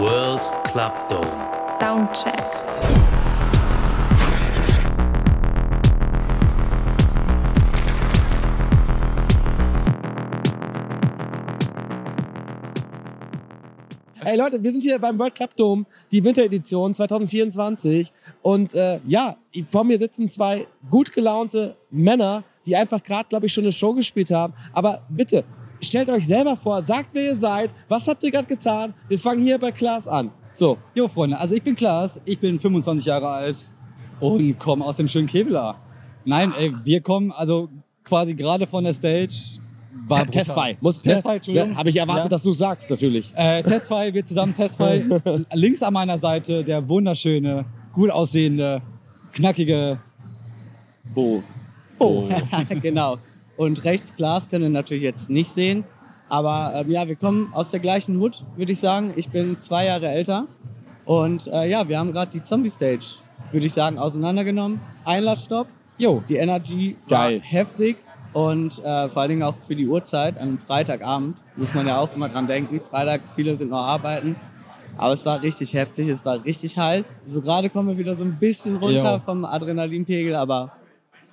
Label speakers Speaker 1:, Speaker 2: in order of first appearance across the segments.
Speaker 1: World Club Dome.
Speaker 2: Soundcheck.
Speaker 3: Hey Leute, wir sind hier beim World Club Dome, die Winteredition 2024. Und äh, ja, vor mir sitzen zwei gut gelaunte Männer, die einfach gerade, glaube ich, schon eine Show gespielt haben. Aber bitte, stellt euch selber vor, sagt, wer ihr seid, was habt ihr gerade getan? Wir fangen hier bei Klaas an. So,
Speaker 4: Jo, Freunde, also ich bin Klaas, ich bin 25 Jahre alt und komme aus dem schönen Kevela. Nein, ey, wir kommen also quasi gerade von der Stage. War brutal.
Speaker 3: Testfei. Muss
Speaker 4: Testfei, Entschuldigung.
Speaker 3: Ja, Habe ich erwartet,
Speaker 4: Ja.
Speaker 3: dass du sagst, natürlich.
Speaker 4: Äh, Testfei, wir zusammen Testfei. Links an meiner Seite der wunderschöne, gut aussehende, knackige Bo. Bo.
Speaker 5: genau. Und rechts Glas können wir natürlich jetzt nicht sehen. Aber ähm, ja, wir kommen aus der gleichen Hut, würde ich sagen. Ich bin zwei Jahre älter. Und äh, ja, wir haben gerade die Zombie-Stage, würde ich sagen, auseinandergenommen. Einlassstopp.
Speaker 4: Jo,
Speaker 5: Die Energy
Speaker 3: Geil.
Speaker 5: war heftig. Und äh, vor allen Dingen auch für die Uhrzeit an einem Freitagabend muss man ja auch immer dran denken. Freitag, viele sind noch arbeiten. Aber es war richtig heftig, es war richtig heiß. So gerade kommen wir wieder so ein bisschen runter
Speaker 4: Jo.
Speaker 5: vom Adrenalinpegel, aber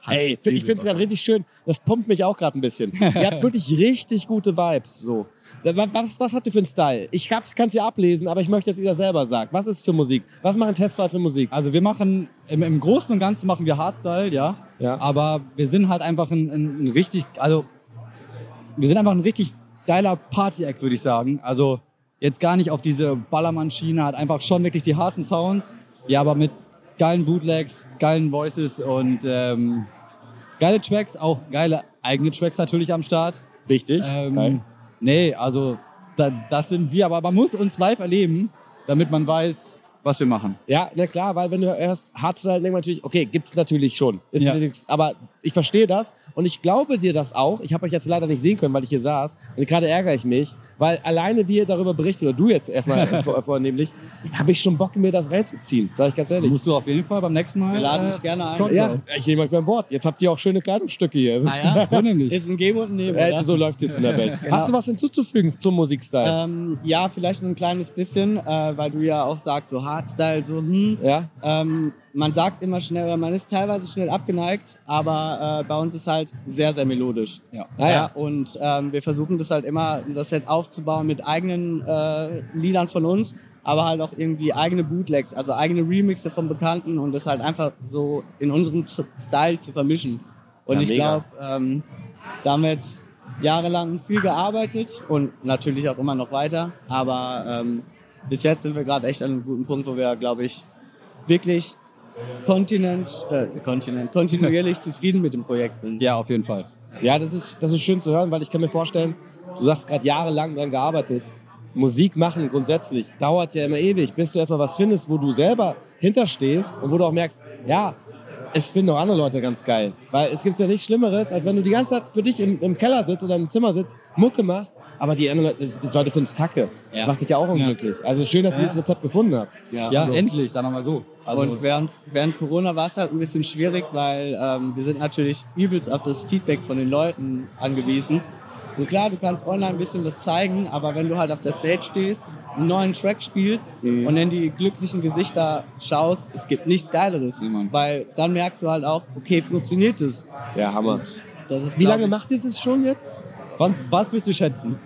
Speaker 3: Hey, ich finde es gerade richtig schön. Das pumpt mich auch gerade ein bisschen. ihr habt wirklich richtig gute Vibes. So. Was, was habt ihr für einen Style? Ich kann es ja ablesen, aber ich möchte, dass ihr das selber sagt. Was ist für Musik? Was machen Testfall für Musik?
Speaker 4: also wir machen, im, im Großen und Ganzen machen wir Hardstyle, ja.
Speaker 3: Ja.
Speaker 4: Aber wir sind halt einfach ein, ein, ein richtig, also wir sind einfach ein richtig geiler Party-Act, würde ich sagen. Also jetzt gar nicht auf diese Ballermann-Schiene, hat einfach schon wirklich die harten Sounds, ja, aber mit geilen Bootlegs, geilen Voices und ähm, geile Tracks, auch geile eigene Tracks natürlich am Start.
Speaker 3: Wichtig.
Speaker 4: Ähm,
Speaker 3: Geil.
Speaker 4: nee, also da, das sind wir, aber man muss uns live erleben, damit man weiß, was wir machen.
Speaker 3: Ja, na klar, weil wenn du erst Hardstyle denkst, natürlich, okay, gibt's natürlich schon. Ist
Speaker 4: Ja.
Speaker 3: nix, aber ich verstehe das und ich glaube dir das auch. Ich habe euch jetzt leider nicht sehen können, weil ich hier saß und gerade ärgere ich mich, weil alleine wir darüber berichten oder du jetzt erstmal vor- vornehmlich, habe ich schon Bock mir das reinzuziehen, sage ich ganz ehrlich.
Speaker 4: Musst du auf jeden Fall beim nächsten Mal.
Speaker 5: wir laden
Speaker 4: äh,
Speaker 5: dich gerne ein.
Speaker 4: Front-
Speaker 3: Ja, ich nehme euch beim Wort. Jetzt habt ihr auch schöne Kleidungsstücke hier. Das
Speaker 5: Ah ja,
Speaker 4: So nämlich.
Speaker 5: Ist ein Geben und ein Nehmen.
Speaker 3: Äh,
Speaker 5: oder?
Speaker 3: so läuft es in der Welt. Hast du was hinzuzufügen zum Musikstyle?
Speaker 5: ähm, ja, vielleicht nur ein kleines bisschen, äh, weil du ja auch sagst, so Hardstyle, so hm.
Speaker 3: Ja?
Speaker 5: Ähm, man sagt immer schnell, oder man ist teilweise schnell abgeneigt, aber äh, bei uns ist halt sehr, sehr melodisch.
Speaker 4: Ja.
Speaker 3: Ah, ja.
Speaker 5: und ähm, wir versuchen das halt immer, unser Set aufzubauen mit eigenen äh, Liedern von uns, aber halt auch irgendwie eigene Bootlegs, also eigene Remixe von Bekannten und das halt einfach so in unserem Z- Style zu vermischen. Und
Speaker 3: Ja,
Speaker 5: ich
Speaker 3: mega.
Speaker 5: glaube, ähm, da haben wir jetzt jahrelang viel gearbeitet und natürlich auch immer noch weiter, aber ähm, bis jetzt sind wir gerade echt an einem guten Punkt, wo wir, glaube ich, wirklich kontinent, äh, kontinent, kontinuierlich zufrieden mit dem Projekt sind.
Speaker 4: ja, auf jeden Fall.
Speaker 3: Ja, das ist, das ist schön zu hören, weil ich kann mir vorstellen, du sagst gerade jahrelang dran gearbeitet. Musik machen grundsätzlich dauert ja immer ewig, bis du erstmal was findest, wo du selber hinterstehst und wo du auch merkst, ja, es finden auch andere Leute ganz geil. Weil es gibt ja nichts Schlimmeres, als wenn du die ganze Zeit für dich im, im Keller sitzt oder im Zimmer sitzt, Mucke machst, aber die, anderen Leute, das- die Leute finden es kacke. Das
Speaker 4: Ja.
Speaker 3: macht dich ja auch unglücklich. Also schön, dass ihr dieses Rezept gefunden habt.
Speaker 4: Ja, also endlich, sagen wir mal so. Also,
Speaker 5: und während, während Corona war es halt ein bisschen schwierig, weil ähm, wir sind natürlich übelst auf das Feedback von den Leuten angewiesen. Und klar, du kannst online ein bisschen was zeigen, aber wenn du halt auf der Stage stehst, einen neuen Track spielst
Speaker 3: Mhm.
Speaker 5: und in die glücklichen Gesichter schaust, es gibt nichts Geileres.
Speaker 4: Nee, Mann.
Speaker 5: weil dann merkst du halt auch, okay, funktioniert das.
Speaker 3: Ja, Hammer.
Speaker 5: das ist,
Speaker 3: Wie
Speaker 5: glaub
Speaker 3: lange
Speaker 5: ich,
Speaker 3: macht ihr das schon jetzt?
Speaker 4: was, was willst du schätzen?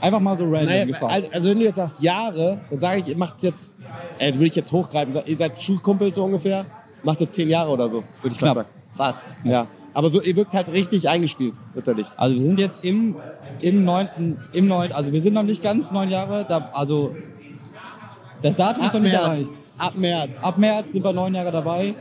Speaker 4: Einfach mal so random
Speaker 3: Naja,
Speaker 4: gefragt.
Speaker 3: also, also wenn du jetzt sagst Jahre, dann sage ich, ihr macht es jetzt, ey, würde ich jetzt hochgreifen, ihr seid Schulkumpel so ungefähr, macht jetzt zehn Jahre oder so, würde ich fast
Speaker 4: Knapp.
Speaker 3: sagen.
Speaker 5: fast.
Speaker 3: Ja. Aber so, ihr wirkt halt richtig eingespielt, tatsächlich.
Speaker 4: Also wir sind jetzt im, im neunten, im neunten, also wir sind noch nicht ganz neun Jahre, da, also das Datum ist noch nicht erreicht.
Speaker 5: Ab März.
Speaker 4: Ab März sind wir neun Jahre dabei,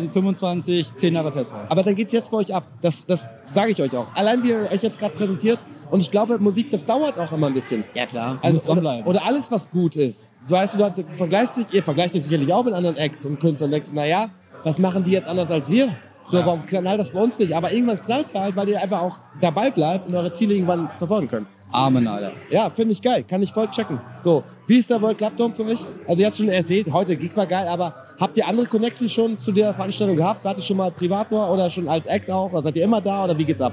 Speaker 4: 2025, zehn Jahre Tesla.
Speaker 3: Aber dann geht es jetzt bei euch ab. Das, das sage ich euch auch. Allein wie ihr euch jetzt gerade präsentiert. Und ich glaube, Musik, das dauert auch immer ein bisschen.
Speaker 5: Ja klar.
Speaker 4: musst
Speaker 3: oder,
Speaker 4: dranbleiben.
Speaker 3: oder alles, was gut ist. Du weißt, du, du vergleichst dich, ihr vergleicht dich sicherlich auch mit anderen Acts und Künstlern und denkst, naja, was machen die jetzt anders als wir? So, warum knallt das bei uns nicht? Aber irgendwann knallt es halt, weil ihr einfach auch dabei bleibt und eure Ziele irgendwann verfolgen könnt.
Speaker 4: Amen, Alter.
Speaker 3: Ja, finde ich geil. Kann ich voll checken. So, Wie ist der World Club Dome für euch? Also ihr habt schon erzählt, heute Gig war geil, aber habt ihr andere Connections schon zu der Veranstaltung gehabt? Wart ihr schon mal privat da oder schon als Act auch? Oder seid ihr immer da oder wie geht's ab?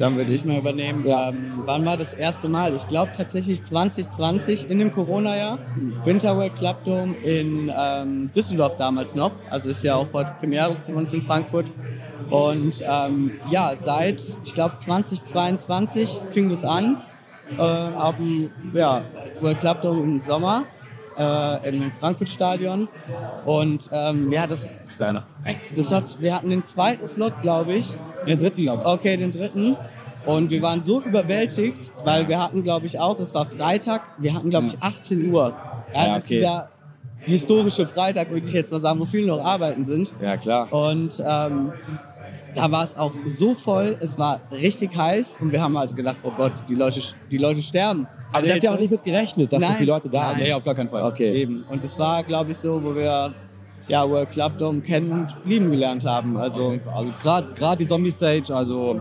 Speaker 5: Dann würde ich mal übernehmen. Ähm, wann war das erste Mal? Ich glaube tatsächlich 2020 in dem Corona-Jahr. Winterworld Club Dome in ähm, Düsseldorf damals noch. Also ist ja auch heute Premiere von uns in Frankfurt. Und ähm, ja, seit, ich glaube, 2022 fing das an. Äh, auf dem ja, World Club Dome im Sommer äh, im Frankfurt-Stadion. Und ähm, ja, das,
Speaker 4: Kleiner.
Speaker 5: das hat, wir hatten den zweiten Slot, glaube ich.
Speaker 4: Den dritten, glaube ich.
Speaker 5: Okay, den dritten. Und wir waren so überwältigt, weil wir hatten, glaube ich, auch, es war Freitag, wir hatten, glaube ich, 18 Uhr. Ja,
Speaker 3: Hm. Ja,
Speaker 5: das ist
Speaker 3: okay.
Speaker 5: dieser historische Freitag, würde ich jetzt mal sagen, wo viele noch arbeiten sind.
Speaker 3: Ja, klar.
Speaker 5: Und ähm, da war es auch so voll, es war richtig heiß und wir haben halt gedacht, oh Gott, die Leute, die Leute sterben.
Speaker 3: Aber Also, ihr habt ja auch nicht mit gerechnet, dass so
Speaker 5: Nein.
Speaker 3: viele Leute da
Speaker 4: Nee,
Speaker 3: sind.
Speaker 4: auf gar keinen Fall.
Speaker 3: Okay.
Speaker 5: Eben. Und es war, glaube ich, so, wo wir ja, World Club Dome kennen und lieben gelernt haben. Also,
Speaker 4: Also gerade gerade die Zombie Stage, also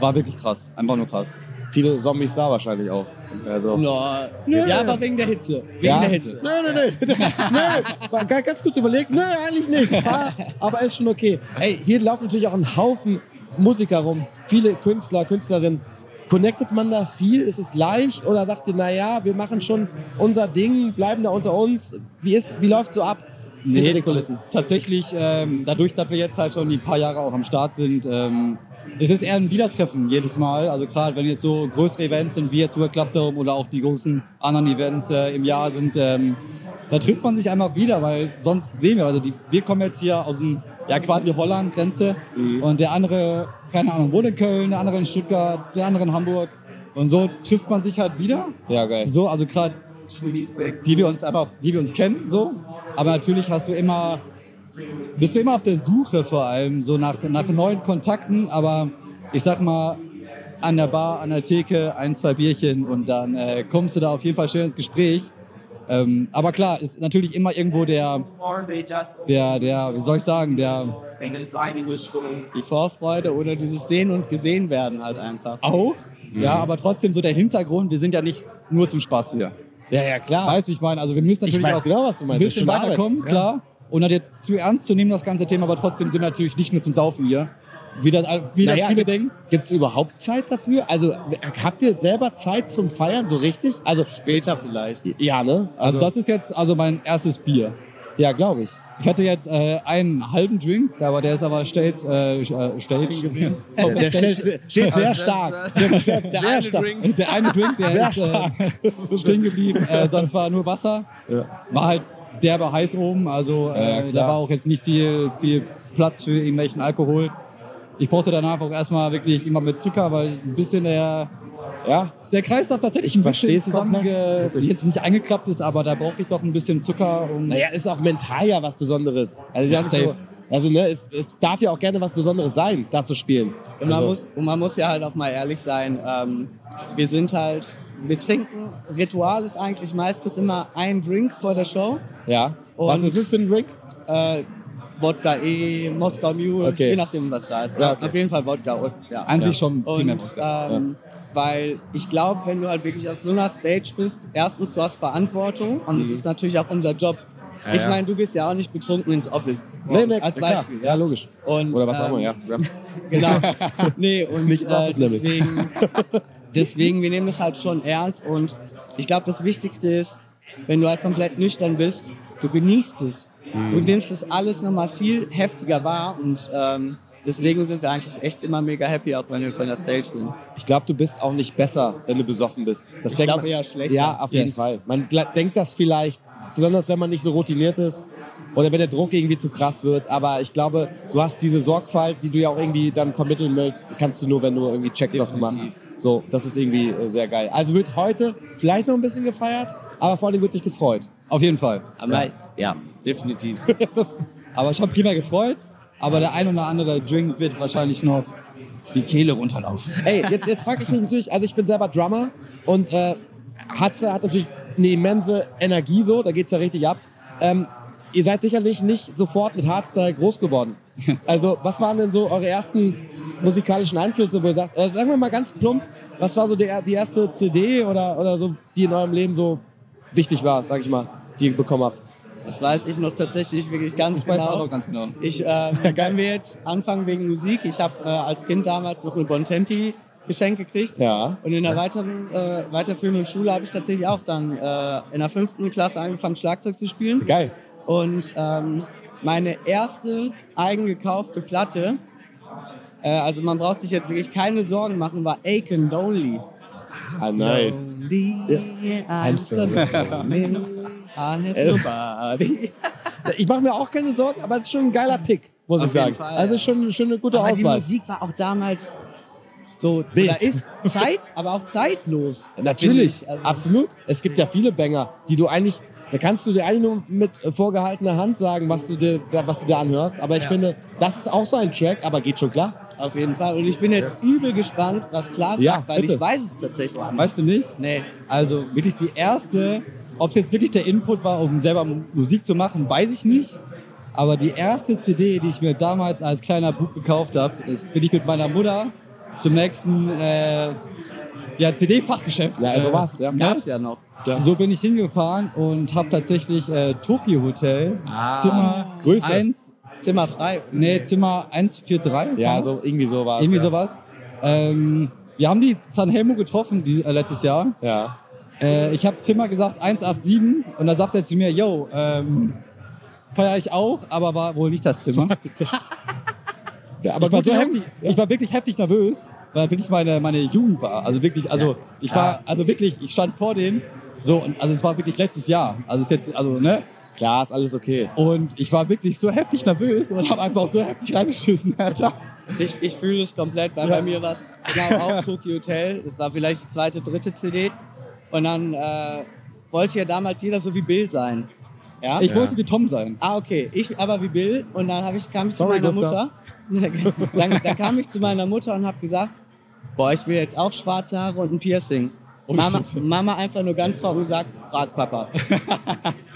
Speaker 4: war wirklich krass, einfach nur krass.
Speaker 3: Viele Zombies da wahrscheinlich auch. Also.
Speaker 5: no,
Speaker 3: Nö.
Speaker 5: ja, aber wegen der Hitze. Wegen
Speaker 3: Ja?
Speaker 5: der Hitze.
Speaker 3: Nein, nein, nein. nein. War ganz, ganz kurz überlegt. Nein, eigentlich nicht. Ah, aber ist schon okay. Ey, hier laufen natürlich auch ein Haufen Musiker rum. Viele Künstler, Künstlerinnen. Connectet man da viel? Ist es leicht? Oder sagt ihr, naja, wir machen schon unser Ding, bleiben da unter uns? Wie, ist, wie läuft so ab? hinter den Kulissen.
Speaker 4: Tatsächlich, ähm, dadurch, dass wir jetzt halt schon die paar Jahre auch am Start sind, ähm, es ist eher ein Wiedertreffen jedes Mal. Also gerade wenn jetzt so größere Events sind, wie jetzt World Club Dome oder auch die großen anderen Events äh, im Jahr sind, ähm, da trifft man sich einfach wieder, weil sonst sehen wir, also die, wir kommen jetzt hier aus dem, ja quasi Holland-Grenze
Speaker 3: Mhm.
Speaker 4: und der andere, keine Ahnung, wohnt in Köln, der andere in Stuttgart, der andere in Hamburg und so trifft man sich halt wieder
Speaker 3: Ja, geil.
Speaker 4: so, also gerade die wir uns einfach, die wir uns kennen, so. Aber natürlich hast du immer, bist du immer auf der Suche vor allem, so nach, nach neuen Kontakten, aber ich sag mal, an der Bar, an der Theke, ein, zwei Bierchen und dann äh, kommst du da auf jeden Fall schön ins Gespräch. Ähm, aber klar, ist natürlich immer irgendwo der,
Speaker 2: or they just
Speaker 4: der, der, wie soll ich sagen, der
Speaker 2: think it's driving with school.
Speaker 5: die Vorfreude oder dieses Sehen und gesehen werden halt einfach.
Speaker 4: auch,
Speaker 3: Mhm.
Speaker 4: ja, aber trotzdem so der Hintergrund, wir sind ja nicht nur zum Spaß hier.
Speaker 3: Ja, ja, klar.
Speaker 4: Weiß ich meine, also wir müssen natürlich
Speaker 3: ich weiß
Speaker 4: auch
Speaker 3: genau, was du
Speaker 4: ein
Speaker 3: meinst. Das ist
Speaker 4: bisschen
Speaker 3: schon Arbeit.
Speaker 4: weiterkommen,
Speaker 3: Ja.
Speaker 4: klar. Und hat jetzt zu ernst zu nehmen, das ganze Thema, aber trotzdem sind wir natürlich nicht nur zum Saufen hier. Wie das, wie das
Speaker 3: Naja,
Speaker 4: viele
Speaker 3: gibt-
Speaker 4: denken.
Speaker 3: Gibt es überhaupt Zeit dafür? Also habt ihr selber Zeit zum Feiern, so richtig? Also,
Speaker 5: Später vielleicht.
Speaker 3: ja, ne?
Speaker 4: Also, das ist jetzt also mein erstes Bier.
Speaker 3: ja, glaube ich.
Speaker 4: Ich hatte jetzt äh, einen halben Drink, aber der ist aber stets, äh, äh, stets
Speaker 3: Der, der steht, steht sehr stark. Der steht
Speaker 5: Der
Speaker 3: sehr
Speaker 5: eine
Speaker 3: stark.
Speaker 5: Drink.
Speaker 4: der eine Drink, der
Speaker 3: Sehr
Speaker 4: ist äh, stehen geblieben, äh, sonst war nur Wasser.
Speaker 3: Ja.
Speaker 4: War halt derbe heiß oben, also
Speaker 3: Ja,
Speaker 4: äh,
Speaker 3: klar.
Speaker 4: da war auch jetzt nicht viel, viel Platz für irgendwelchen Alkohol. Ich brauchte danach auch erstmal wirklich immer mit Zucker, weil ein bisschen der,
Speaker 3: Ja,
Speaker 4: der Kreislauf tatsächlich ein bisschen
Speaker 3: versteh's komplett.
Speaker 4: zusammenge- jetzt nicht eingeklappt ist, aber da brauchte ich doch ein bisschen Zucker, um
Speaker 3: naja, ist auch mental ja was Besonderes. Also,
Speaker 4: Ja,
Speaker 3: das ist
Speaker 4: safe.
Speaker 3: so, also ne, es, es darf ja auch gerne was Besonderes sein, da zu spielen.
Speaker 5: Und man,
Speaker 3: also,
Speaker 5: muss, und man muss ja halt auch mal ehrlich sein, ähm, wir sind halt, wir trinken, Ritual ist eigentlich meistens immer ein Drink vor der Show.
Speaker 3: Ja.
Speaker 5: Und-
Speaker 3: was ist das für ein Drink?
Speaker 5: Äh, Wodka E, Moskau Mule,
Speaker 3: Okay.
Speaker 5: je nachdem was da ist.
Speaker 3: Ja, okay.
Speaker 5: Auf jeden Fall Wodka. Und, ja.
Speaker 4: an sich schon
Speaker 5: Und, ähm,
Speaker 4: Primaps.
Speaker 5: Weil ich glaube, wenn du halt wirklich auf so einer Stage bist, erstens, du hast Verantwortung und es ist natürlich auch unser Job. ich
Speaker 3: Mhm. ja.
Speaker 5: meine, du gehst ja auch nicht betrunken ins Office.
Speaker 3: Nee, nee,
Speaker 5: als
Speaker 3: klar.
Speaker 5: Beispiel.
Speaker 3: Ja, logisch.
Speaker 5: Und,
Speaker 3: Oder was
Speaker 5: ähm,
Speaker 3: auch immer, ja. Rap.
Speaker 5: Genau. Nee, und
Speaker 3: Nicht ins
Speaker 5: äh,
Speaker 3: Office Level.
Speaker 5: deswegen, deswegen, wir nehmen das halt schon ernst und ich glaube, das Wichtigste ist, wenn du halt komplett nüchtern bist, du genießt es. Du nimmst das alles nochmal viel heftiger wahr und ähm, deswegen sind wir eigentlich echt immer mega happy, auch wenn wir von der Stage sind.
Speaker 3: Ich glaube, du bist auch nicht besser, wenn du besoffen bist. Das
Speaker 5: Ich
Speaker 3: denkt
Speaker 5: glaube
Speaker 3: man-
Speaker 5: eher schlechter.
Speaker 3: Ja, auf jeden
Speaker 4: Yes.
Speaker 3: Fall. Man gl- denkt das vielleicht, besonders wenn man nicht so routiniert ist oder wenn der Druck irgendwie zu krass wird. Aber ich glaube, du hast diese Sorgfalt, die du ja auch irgendwie dann vermitteln willst, kannst du nur, wenn du irgendwie checkst, was du machst. So, das ist irgendwie äh, sehr geil. Also wird heute vielleicht noch ein bisschen gefeiert, aber vor allem wird sich gefreut.
Speaker 4: Auf jeden Fall.
Speaker 5: Aber ja, definitiv.
Speaker 4: Aber schon prima gefreut. Aber der ein oder andere Drink wird wahrscheinlich noch die Kehle runterlaufen.
Speaker 3: Ey, jetzt, jetzt frage ich mich natürlich, also ich bin selber Drummer und äh, Hatze hat natürlich eine immense Energie so, da geht's ja richtig ab. Ähm, ihr seid sicherlich nicht sofort mit Hardstyle groß geworden. Also was waren denn so eure ersten musikalischen Einflüsse, wo ihr sagt, äh, sagen wir mal ganz plump, was war so der, die erste CD oder, oder so, die in eurem Leben so wichtig war, sag ich mal, die ihr bekommen habt?
Speaker 5: Das weiß ich noch tatsächlich wirklich ganz
Speaker 4: Ich
Speaker 5: genau.
Speaker 4: weiß auch noch ganz genau.
Speaker 5: Ich, äh, wenn wir jetzt anfangen wegen Musik, ich habe äh, als Kind damals noch eine Bon Tempi geschenkt gekriegt.
Speaker 3: Ja.
Speaker 5: Und in der weiteren, äh, weiterführenden Schule habe ich tatsächlich auch dann äh, in der fünften Klasse angefangen, Schlagzeug zu spielen.
Speaker 3: Geil.
Speaker 5: Und ähm, meine erste eigen gekaufte Platte, äh, also man braucht sich jetzt wirklich keine Sorgen machen, war Aiken Lonely.
Speaker 3: Ah, nice.
Speaker 5: I'm so lonely, I have nobody.
Speaker 3: Ich mache mir auch keine Sorgen, aber es ist schon ein geiler Pick, muss
Speaker 5: Auf
Speaker 3: ich sagen.
Speaker 5: jeden Fall,
Speaker 3: also
Speaker 5: ja.
Speaker 3: schon, schon eine gute
Speaker 5: Aber die
Speaker 3: Auswahl.
Speaker 5: Musik war auch damals so
Speaker 3: Wild.
Speaker 5: Oder ist Zeit, aber auch zeitlos.
Speaker 3: Natürlich,
Speaker 5: finde ich. Also,
Speaker 3: absolut. Es gibt ja viele Banger, die du eigentlich, da kannst du dir eigentlich nur mit äh, vorgehaltener Hand sagen, was du dir, da- was du da anhörst. Aber ich
Speaker 5: Ja.
Speaker 3: finde, das ist auch so ein Track, aber geht schon klar.
Speaker 5: Auf jeden Fall. Und ich bin jetzt übel gespannt, was Klaas
Speaker 3: Ja,
Speaker 5: sagt, weil
Speaker 3: bitte.
Speaker 5: ich weiß es tatsächlich nicht.
Speaker 4: Weißt du nicht?
Speaker 5: Nee.
Speaker 4: Also wirklich die erste, ob es jetzt wirklich der Input war, um selber Mu- Musik zu machen, weiß ich nicht. Aber die erste CD, die ich mir damals als kleiner Bub gekauft habe, das bin ich mit meiner Mutter zum nächsten äh, ja, CD-Fachgeschäft.
Speaker 3: Ja, also
Speaker 4: äh,
Speaker 3: was, ja.
Speaker 5: Gab's ja noch.
Speaker 4: So bin ich hingefahren und habe tatsächlich äh, Tokyo Hotel,
Speaker 3: Ah.
Speaker 4: Zimmer
Speaker 3: Grüße.
Speaker 4: 1,
Speaker 5: Zimmer frei.
Speaker 4: nee, Zimmer 143.
Speaker 3: Ja,
Speaker 4: war's?
Speaker 3: so irgendwie sowas.
Speaker 4: irgendwie
Speaker 3: ja.
Speaker 4: sowas. Ähm, wir haben die Sanhelmo getroffen die, äh, letztes Jahr.
Speaker 3: Ja.
Speaker 4: Äh, ich habe Zimmer gesagt 187 und da sagt er zu mir, yo, ähm, feiere ich auch, aber war wohl nicht das Zimmer.
Speaker 3: ja
Speaker 4: ich, war so heftig,
Speaker 3: Ja.
Speaker 4: ich war wirklich heftig nervös, weil wirklich meine, meine Jugend war. Also wirklich, also ich war, also wirklich, ich stand vor denen. So, und also es war wirklich letztes Jahr. Also es ist jetzt, also, ne?
Speaker 3: Klar, ist alles okay.
Speaker 4: Und ich war wirklich so heftig nervös und habe einfach so heftig reingeschissen, Alter.
Speaker 5: Ich, ich fühle es komplett, weil
Speaker 4: Ja.
Speaker 5: bei mir war es genau auch Tokyo Hotel. Das war vielleicht die zweite, dritte CD. Und dann äh, wollte ja damals jeder so wie Bill sein. Ja?
Speaker 4: Ich wollte wie Tom sein.
Speaker 5: Ah, okay. Ich aber wie Bill. Und dann hab ich, kam ich
Speaker 3: Sorry,
Speaker 5: zu meiner
Speaker 3: Gustav.
Speaker 5: Mutter. dann, dann kam ich zu meiner Mutter und habe gesagt, boah, ich will jetzt auch schwarze Haare und ein Piercing. Mama,
Speaker 3: Oh, shit.
Speaker 5: Mama einfach nur ganz trocken gesagt, frag Papa.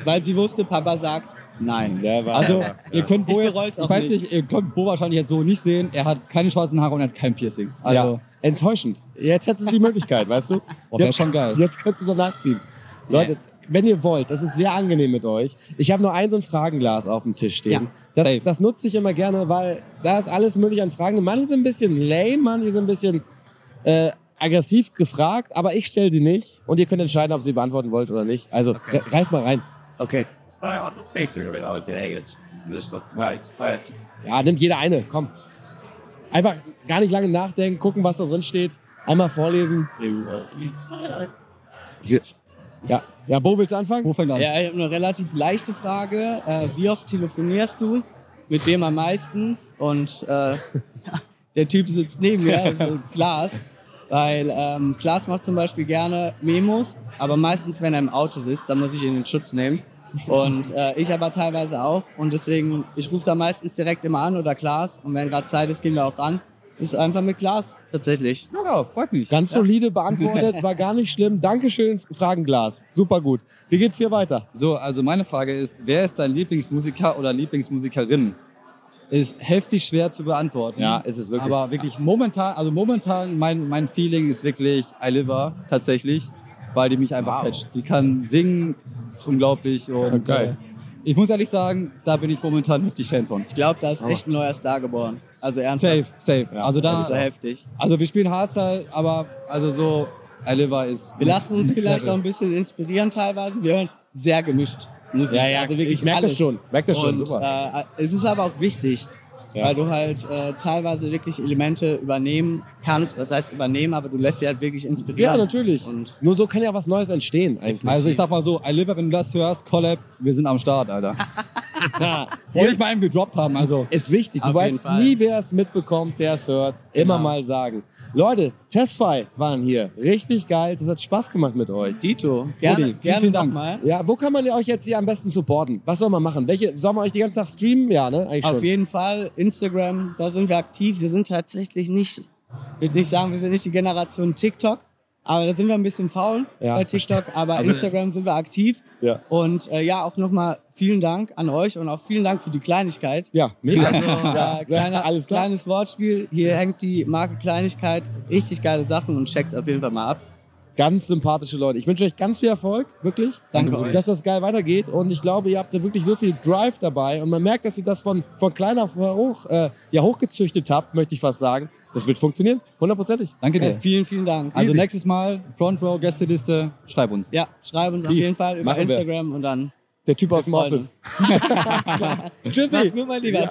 Speaker 5: Weil sie wusste, Papa sagt nein.
Speaker 3: Ja, war
Speaker 4: Also, ihr könnt Bo
Speaker 5: Ich
Speaker 4: jetzt,
Speaker 5: bereu's
Speaker 4: ich
Speaker 5: auch
Speaker 4: weiß
Speaker 5: nicht.
Speaker 4: nicht, ihr könnt Bo wahrscheinlich jetzt so nicht sehen. Er hat keine schwarzen Haare und er hat kein Piercing. Also,
Speaker 3: ja. Enttäuschend. Jetzt hättest du die Möglichkeit, weißt du?
Speaker 4: Boah, wär
Speaker 3: jetzt,
Speaker 4: schon geil.
Speaker 3: Jetzt kannst du danach ziehen. Leute,
Speaker 5: Ja.
Speaker 3: wenn ihr wollt, das ist sehr angenehm mit euch. Ich habe nur ein so ein Fragenglas auf dem Tisch stehen.
Speaker 5: Ja,
Speaker 3: das,
Speaker 4: safe.
Speaker 3: das nutze ich immer gerne, weil da ist alles möglich an Fragen. Manche sind ein bisschen lame, manche sind ein bisschen äh, aggressiv gefragt, aber ich stelle sie nicht. Und ihr könnt entscheiden, ob ihr sie beantworten wollt oder nicht. Also
Speaker 5: Okay.
Speaker 3: gre- greif mal rein.
Speaker 5: Okay.
Speaker 2: I don't think they're about to hang it. This look right, but
Speaker 3: Ja, nimmt jeder eine, komm. Einfach gar nicht lange nachdenken, gucken, was da drin steht. Einmal vorlesen.
Speaker 2: you, uh,
Speaker 3: Ja, ja Bo, willst du anfangen?
Speaker 4: Wo fängt an?
Speaker 5: Ja, ich habe eine relativ leichte Frage. Äh, wie oft telefonierst du? Mit wem am meisten? Und äh, der Typ sitzt neben mir, also Klaas. Weil ähm, Klaas macht zum Beispiel gerne Memos, aber meistens, wenn er im Auto sitzt, dann muss ich ihn in Schutz nehmen. Und äh, ich aber teilweise auch. Und deswegen, ich rufe da meistens direkt immer an oder Klaas. Und wenn gerade Zeit ist, gehen wir auch ran. Ist einfach mit Klaas, tatsächlich.
Speaker 4: Ja, freut mich.
Speaker 3: Ganz solide beantwortet, war gar nicht schlimm. Dankeschön, Fragenglas. Super gut. Wie geht's hier weiter?
Speaker 4: So, also meine Frage ist, wer ist dein Lieblingsmusiker oder Lieblingsmusikerin? Ist heftig schwer zu beantworten.
Speaker 3: ist es
Speaker 4: Aber wirklich momentan, also momentan, mein, mein Feeling ist wirklich Aliva tatsächlich, weil die mich einfach catcht. Die kann singen, ist unglaublich. Und,
Speaker 3: geil.
Speaker 4: Äh, ich muss ehrlich sagen, da bin ich momentan heftig Fan von.
Speaker 5: Ich glaube, da ist echt ein neuer Star geboren. Also ernsthaft.
Speaker 4: Safe, safe.
Speaker 3: Ja,
Speaker 4: also
Speaker 5: Das ist so
Speaker 4: da,
Speaker 5: heftig.
Speaker 4: also wir spielen Hardstyle, aber also so, Aliva ist.
Speaker 5: Wir lassen uns
Speaker 4: next
Speaker 5: vielleicht auch
Speaker 4: level.
Speaker 5: ein bisschen inspirieren teilweise. Wir hören sehr gemischt Musik.
Speaker 3: ja, ja,
Speaker 5: also
Speaker 3: ich merke das
Speaker 5: alles.
Speaker 3: schon. Merk das schon,
Speaker 5: Und
Speaker 3: super.
Speaker 5: äh, es ist aber auch wichtig,
Speaker 3: Ja.
Speaker 5: weil du halt äh, teilweise wirklich Elemente übernehmen kannst. Was heißt übernehmen, aber du lässt dich halt wirklich inspirieren.
Speaker 3: äh, ja, natürlich.
Speaker 5: Und
Speaker 3: Nur so kann ja was Neues entstehen. Eigentlich.
Speaker 4: Also ich sag mal so, Aliva, wenn du das hörst, Collab, wir sind am Start, Alter. Wollte ich mal eben gedroppt haben, also.
Speaker 3: ist wichtig. Du
Speaker 5: Auf jeden
Speaker 3: weißt
Speaker 5: Fall.
Speaker 3: nie, wer es mitbekommt, wer es hört. Immer
Speaker 5: Genau.
Speaker 3: mal sagen. Leute, Testfy waren hier. Richtig geil. Das hat Spaß gemacht mit euch.
Speaker 5: Dito, gerne,
Speaker 4: vielen,
Speaker 5: gerne
Speaker 4: vielen Dank.
Speaker 5: nochmal.
Speaker 3: Ja, wo kann man euch jetzt hier am besten supporten? Was soll man machen? Welche, soll man euch den ganzen Tag streamen? Ja, ne? Eigentlich
Speaker 5: Auf
Speaker 3: schon.
Speaker 5: jeden Fall, Instagram, da sind wir aktiv. Wir sind tatsächlich nicht, ich würde nicht sagen, wir sind nicht die Generation TikTok, aber da sind wir ein bisschen faul
Speaker 3: Ja.
Speaker 5: bei TikTok, aber Instagram sind wir aktiv.
Speaker 3: Ja.
Speaker 5: Und äh, ja, auch nochmal vielen Dank an euch und auch vielen Dank für die Kleinigkeit.
Speaker 3: Ja, mega.
Speaker 5: Ja, kleiner,
Speaker 3: alles klar.
Speaker 5: kleines Wortspiel. Hier hängt die Marke Kleinigkeit. Richtig geile Sachen und checkt auf jeden Fall mal ab.
Speaker 3: ganz sympathische Leute. Ich wünsche euch ganz viel Erfolg, wirklich.
Speaker 5: Danke euch.
Speaker 3: Dass das geil weitergeht und ich glaube, ihr habt da wirklich so viel Drive dabei und man merkt, dass ihr das von, von klein auf hoch, äh, ja, hochgezüchtet habt, möchte ich fast sagen. Das wird funktionieren, hundertprozentig.
Speaker 4: Danke dir.
Speaker 3: Geil.
Speaker 5: Vielen, vielen Dank. ne,
Speaker 4: Also
Speaker 3: Easy.
Speaker 4: nächstes Mal Front Row Gästeliste, schreib uns.
Speaker 5: Ja, schreib uns auf
Speaker 3: Please.
Speaker 5: jeden Fall über
Speaker 3: Machen wir.
Speaker 5: Instagram und dann.
Speaker 3: Der Typ aus dem
Speaker 5: freuen
Speaker 3: Office. Tschüssi.
Speaker 5: Mach's gut, mein Lieber.
Speaker 3: Ja.